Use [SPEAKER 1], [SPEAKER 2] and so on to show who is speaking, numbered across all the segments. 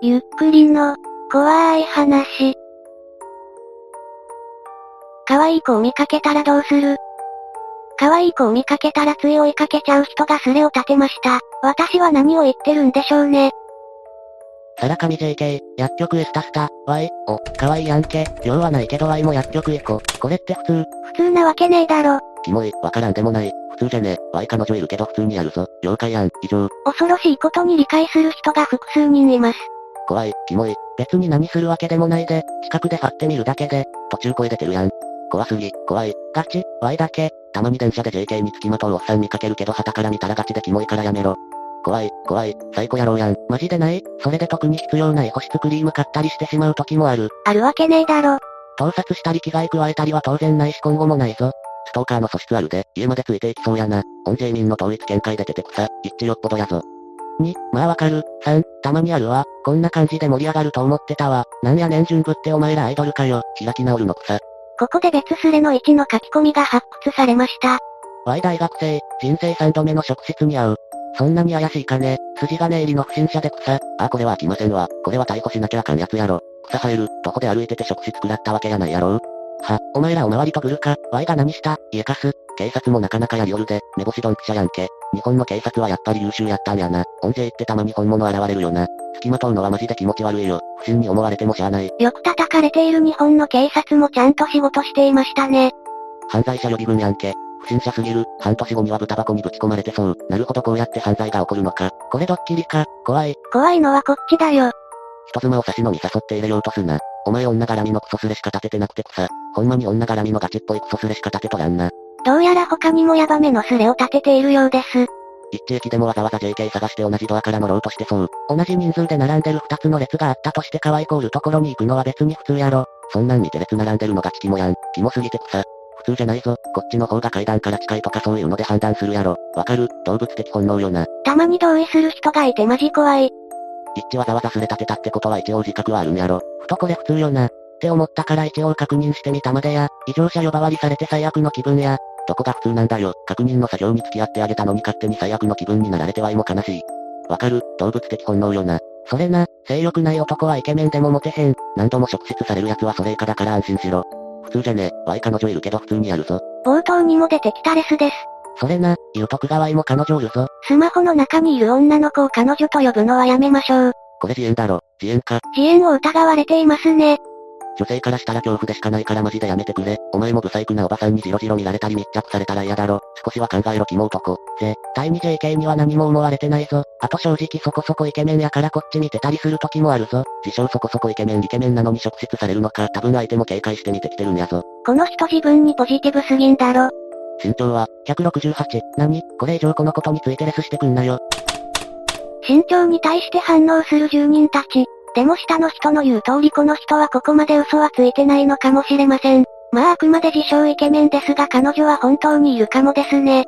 [SPEAKER 1] ゆっくりの、怖い話。可愛い子を見かけたらどうする可愛い子を見かけたらつい追いかけちゃう人がスレを立てました。私は何を言ってるんでしょうね。
[SPEAKER 2] さらかみ JK、薬局へスタスタ、Y、お、かわいいやんけ、用はないけど Y も薬局へ行こ。これって普通、
[SPEAKER 1] 普通なわけねえだろ。
[SPEAKER 2] キモい、わからんでもない、普通じゃね、Y 彼女いるけど普通にやるぞ、妖怪やん、以上、
[SPEAKER 1] 恐ろしいことに理解する人が複数人います。
[SPEAKER 2] 怖い、キモい、別に何するわけでもないで、近くで張ってみるだけで、途中声出てるやん。怖すぎ、怖い、ガチ、Y だけ、たまに電車で JK に付きまとうおっさん見かけるけど旗から見たらガチでキモいからやめろ。怖い、怖い、最高野郎やん。マジでないそれで特に必要ない保湿クリーム買ったりしてしまう時もある。
[SPEAKER 1] あるわけねえだろ。
[SPEAKER 2] 盗撮したり着替え加えたりは当然ないし今後もないぞ。ストーカーの素質あるで、家までついていきそうやな。オンジェイミンの統一見解で出てくさ、一致よっぽどやぞ。2、まあわかる。3、たまにあるわ。こんな感じで盛り上がると思ってたわ。なんやねん順ぶってお前らアイドルかよ。開き直るのくさ。
[SPEAKER 1] ここで別スレの位置の書き込みが発掘されました。
[SPEAKER 2] Y 大学生、人生3度目の職質に合う。そんなに怪しいかね、筋金入りの不審者で草。あ、これは飽きませんわ。これは逮捕しなきゃあかんやつやろ。草生える、徒歩で歩いてて職質食らったわけやないやろ。は、お前らおまわりとぐるか、Y が何した、家かす。警察もなかなかやりよるで、目星ドンピシャやんけ。日本の警察はやっぱり優秀やったんやな。オンジェイってたまに本物現れるよな。付きまとうのはマジで気持ち悪いよ。不審に思われてもしゃあない。
[SPEAKER 1] よく叩かれている日本の警察もちゃんと仕事していましたね。
[SPEAKER 2] 犯罪者予備軍やんけ。不審者すぎる。半年後には豚箱にぶち込まれてそう。なるほどこうやって犯罪が起こるのか。これドッキリか。怖い。
[SPEAKER 1] 怖いのはこっちだよ。
[SPEAKER 2] 人妻を差し飲み誘って入れようとすな。お前女絡みのクソスレしか立ててなくて草。ほんまに女絡みのガチっぽいクソスレしか立てとらんな。
[SPEAKER 1] どうやら他にもヤバめのスレを立てているようです。
[SPEAKER 2] 一致駅でもわざわざ JK 探して同じドアから乗ろうとしてそう。同じ人数で並んでる二つの列があったとして可愛い子おるところに行くのは別に普通やろ。そんなん見て列並んでるのがチキモやん。キモすぎて草。普通じゃないぞ。こっちの方が階段から近いとかそういうので判断するやろ。わかる、動物的本能よな。
[SPEAKER 1] たまに同意する人がいてマジ怖い。
[SPEAKER 2] 一致わざわざすれ立てたってことは一応自覚はあるんやろ。ふとこれ普通よな。って思ったから一応確認してみたまでや、異常者呼ばわりされて最悪の気分や、どこが普通なんだよ。確認の作業に付き合ってあげたのに勝手に最悪の気分になられてはいも悲しい。わかる、動物的本能よな。それな、性欲ない男はイケメンでもモテへん。何度も職質される奴はそれ以下だから安心しろ。普通じゃねえ、わい彼女いるけど普通にやるぞ。
[SPEAKER 1] 冒頭にも出てきたレスです。
[SPEAKER 2] それな、言う徳川いも彼女おるぞ。
[SPEAKER 1] スマホの中にいる女の子を彼女と呼ぶのはやめましょう。
[SPEAKER 2] これ自演だろ。自演か。
[SPEAKER 1] 自演を疑われていますね。
[SPEAKER 2] 女性からしたら恐怖でしかないからマジでやめてくれ。お前もブサイクなおばさんにジロジロ見られたり密着されたら嫌だろ。少しは考えろキモ男。絶対に JK には何も思われてないぞ。あと正直そこそこイケメンやからこっち見てたりする時もあるぞ。自称そこそこイケメンイケメンなのに職質されるのか。多分相手も警戒して見てきてるんやぞ。
[SPEAKER 1] この人自分にポジティブすぎんだろ。
[SPEAKER 2] 身長は、168。何これ以上このことについてレスしてくんなよ。
[SPEAKER 1] 身長に対して反応する住人たち。でも下の人の言う通りこの人はここまで嘘はついてないのかもしれません。まああくまで自称イケメンですが彼女は本当にいるかもですね。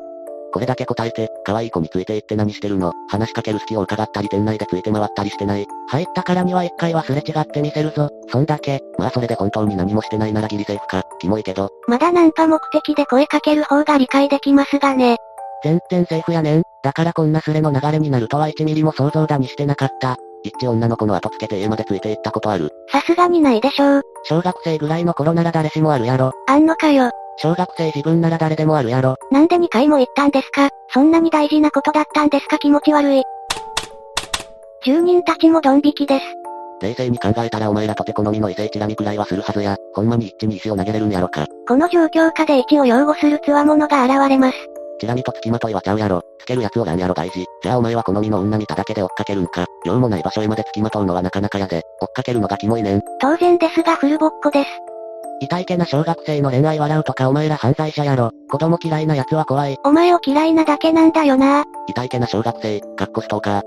[SPEAKER 2] これだけ答えて、可愛い子について言って何してるの話しかける隙を伺ったり店内でついて回ったりしてない。入ったからには一回はすれ違ってみせるぞ。そんだけ。まあそれで本当に何もしてないならギリセーフか。キモいけど。
[SPEAKER 1] まだナンパ目的で声かける方が理解できますがね。
[SPEAKER 2] 全然セーフやねん。だからこんなスレの流れになるとは1ミリも想像だにしてなかった。一女の子の後つけて家までついて行ったことある。
[SPEAKER 1] さすがにないでしょう。
[SPEAKER 2] 小学生ぐらいの頃なら誰しもあるやろ。
[SPEAKER 1] あんのかよ。
[SPEAKER 2] 小学生自分なら誰でもあるやろ。
[SPEAKER 1] なんで2回も行ったんですかそんなに大事なことだったんですか気持ち悪い。住人たちもドン引きです。
[SPEAKER 2] 冷静に考えたらお前らとて好みの異性チラ見くらいはするはずや、ほんまに一致に石を投げれるんやろか。
[SPEAKER 1] この状況下で位置を擁護する強者が現れます。
[SPEAKER 2] チラ見と付きまといはちゃうやろ。つけるやつをらんやろ大事。じゃあお前は好みの女見ただけで追っかけるんか。用もない場所へまで付きまとうのはなかなかやで、追っかけるのがキモいねん。
[SPEAKER 1] 当然ですがフルボッコです。
[SPEAKER 2] 痛いけな小学生の恋愛笑うとかお前ら犯罪者やろ。子供嫌いな奴は怖い。
[SPEAKER 1] お前を嫌いなだけなんだよな。
[SPEAKER 2] 痛いけな小学生、かっこストーカー。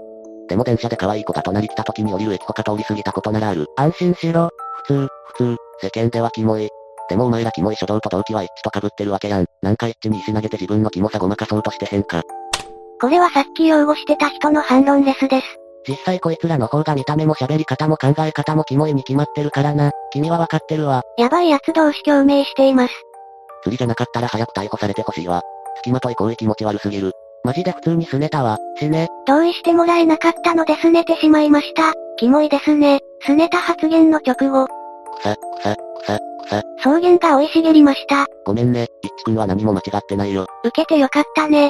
[SPEAKER 2] でも電車で可愛い子が隣来た時に降りる駅他通り過ぎたことならある。安心しろ。普通、普通、世間ではキモい。でもお前らキモい初動と動機は一致と被ってるわけやん。なんか一致に石投げて自分のキモさごまかそうとしてへんか。
[SPEAKER 1] これはさっき擁護してた人の反論レスです。
[SPEAKER 2] 実際こいつらの方が見た目も喋り方も考え方もキモいに決まってるからな。君はわかってるわ。
[SPEAKER 1] やばい奴同士共鳴しています。
[SPEAKER 2] 釣りじゃなかったら早く逮捕されてほしいわ。付きまとい行為気持ち悪すぎる。マジで普通に拗ねたわ。死ね。
[SPEAKER 1] 同意してもらえなかったので拗ねてしまいました。キモいですね。拗ねた発言の直後、
[SPEAKER 2] 草、草、草、草。
[SPEAKER 1] 草原が生い茂りました。
[SPEAKER 2] ごめんね、いっちくんは何も間違ってないよ。
[SPEAKER 1] 受けてよかったね。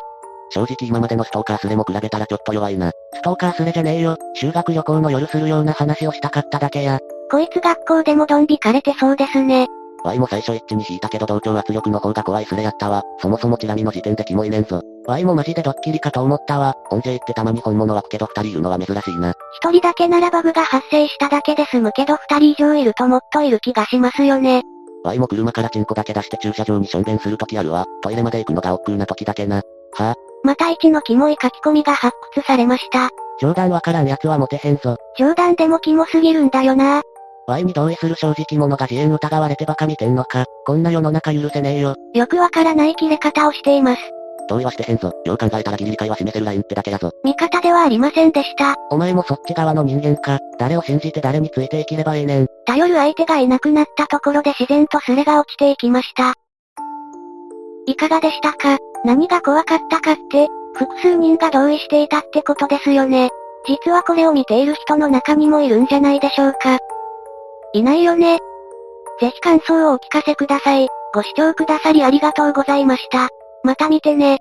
[SPEAKER 2] 正直今までのストーカースレも比べたらちょっと弱いな。ストーカースレじゃねえよ。修学旅行の夜するような話をしたかっただけや。
[SPEAKER 1] こいつ学校でもドン引かれてそうですね。
[SPEAKER 2] Y も最初一致に引いたけど同調圧力の方が怖いスレやったわ。そもそもチラ見の時点でキモいねんぞ。Y もマジでドッキリかと思ったわ。本勢ってたまに本物湧くけど二人いるのは珍しいな。
[SPEAKER 1] 一人だけならバグが発生しただけで済むけど二人以上いるともっといる気がしますよね。
[SPEAKER 2] Y も車からチンコだけ出して駐車場にしょんべんする時あるわ。トイレまで行くのが億劫な時だけな。はぁ、
[SPEAKER 1] また一のキモい書き込みが発掘されました。
[SPEAKER 2] 冗談わからん奴はモテへんぞ。
[SPEAKER 1] 冗談でもキモすぎるんだよな。
[SPEAKER 2] Y に同意する正直者が自演疑われてバカ見てんのか。こんな世の中許せねえよ。
[SPEAKER 1] よくわからない切れ方をしています。
[SPEAKER 2] 同意はしてへんぞ。よう考えたらギリ理解は示せるラインってだけやぞ。
[SPEAKER 1] 味方ではありませんでした。
[SPEAKER 2] お前もそっち側の人間か。誰を信じて誰について生きればいいねん。
[SPEAKER 1] 頼る相手がいなくなったところで自然とスレが落ちていきました。いかがでしたか何が怖かったかって、複数人が同意していたってことですよね。実はこれを見ている人の中にもいるんじゃないでしょうか。いないよね。ぜひ感想をお聞かせください。ご視聴くださりありがとうございました。また見てね。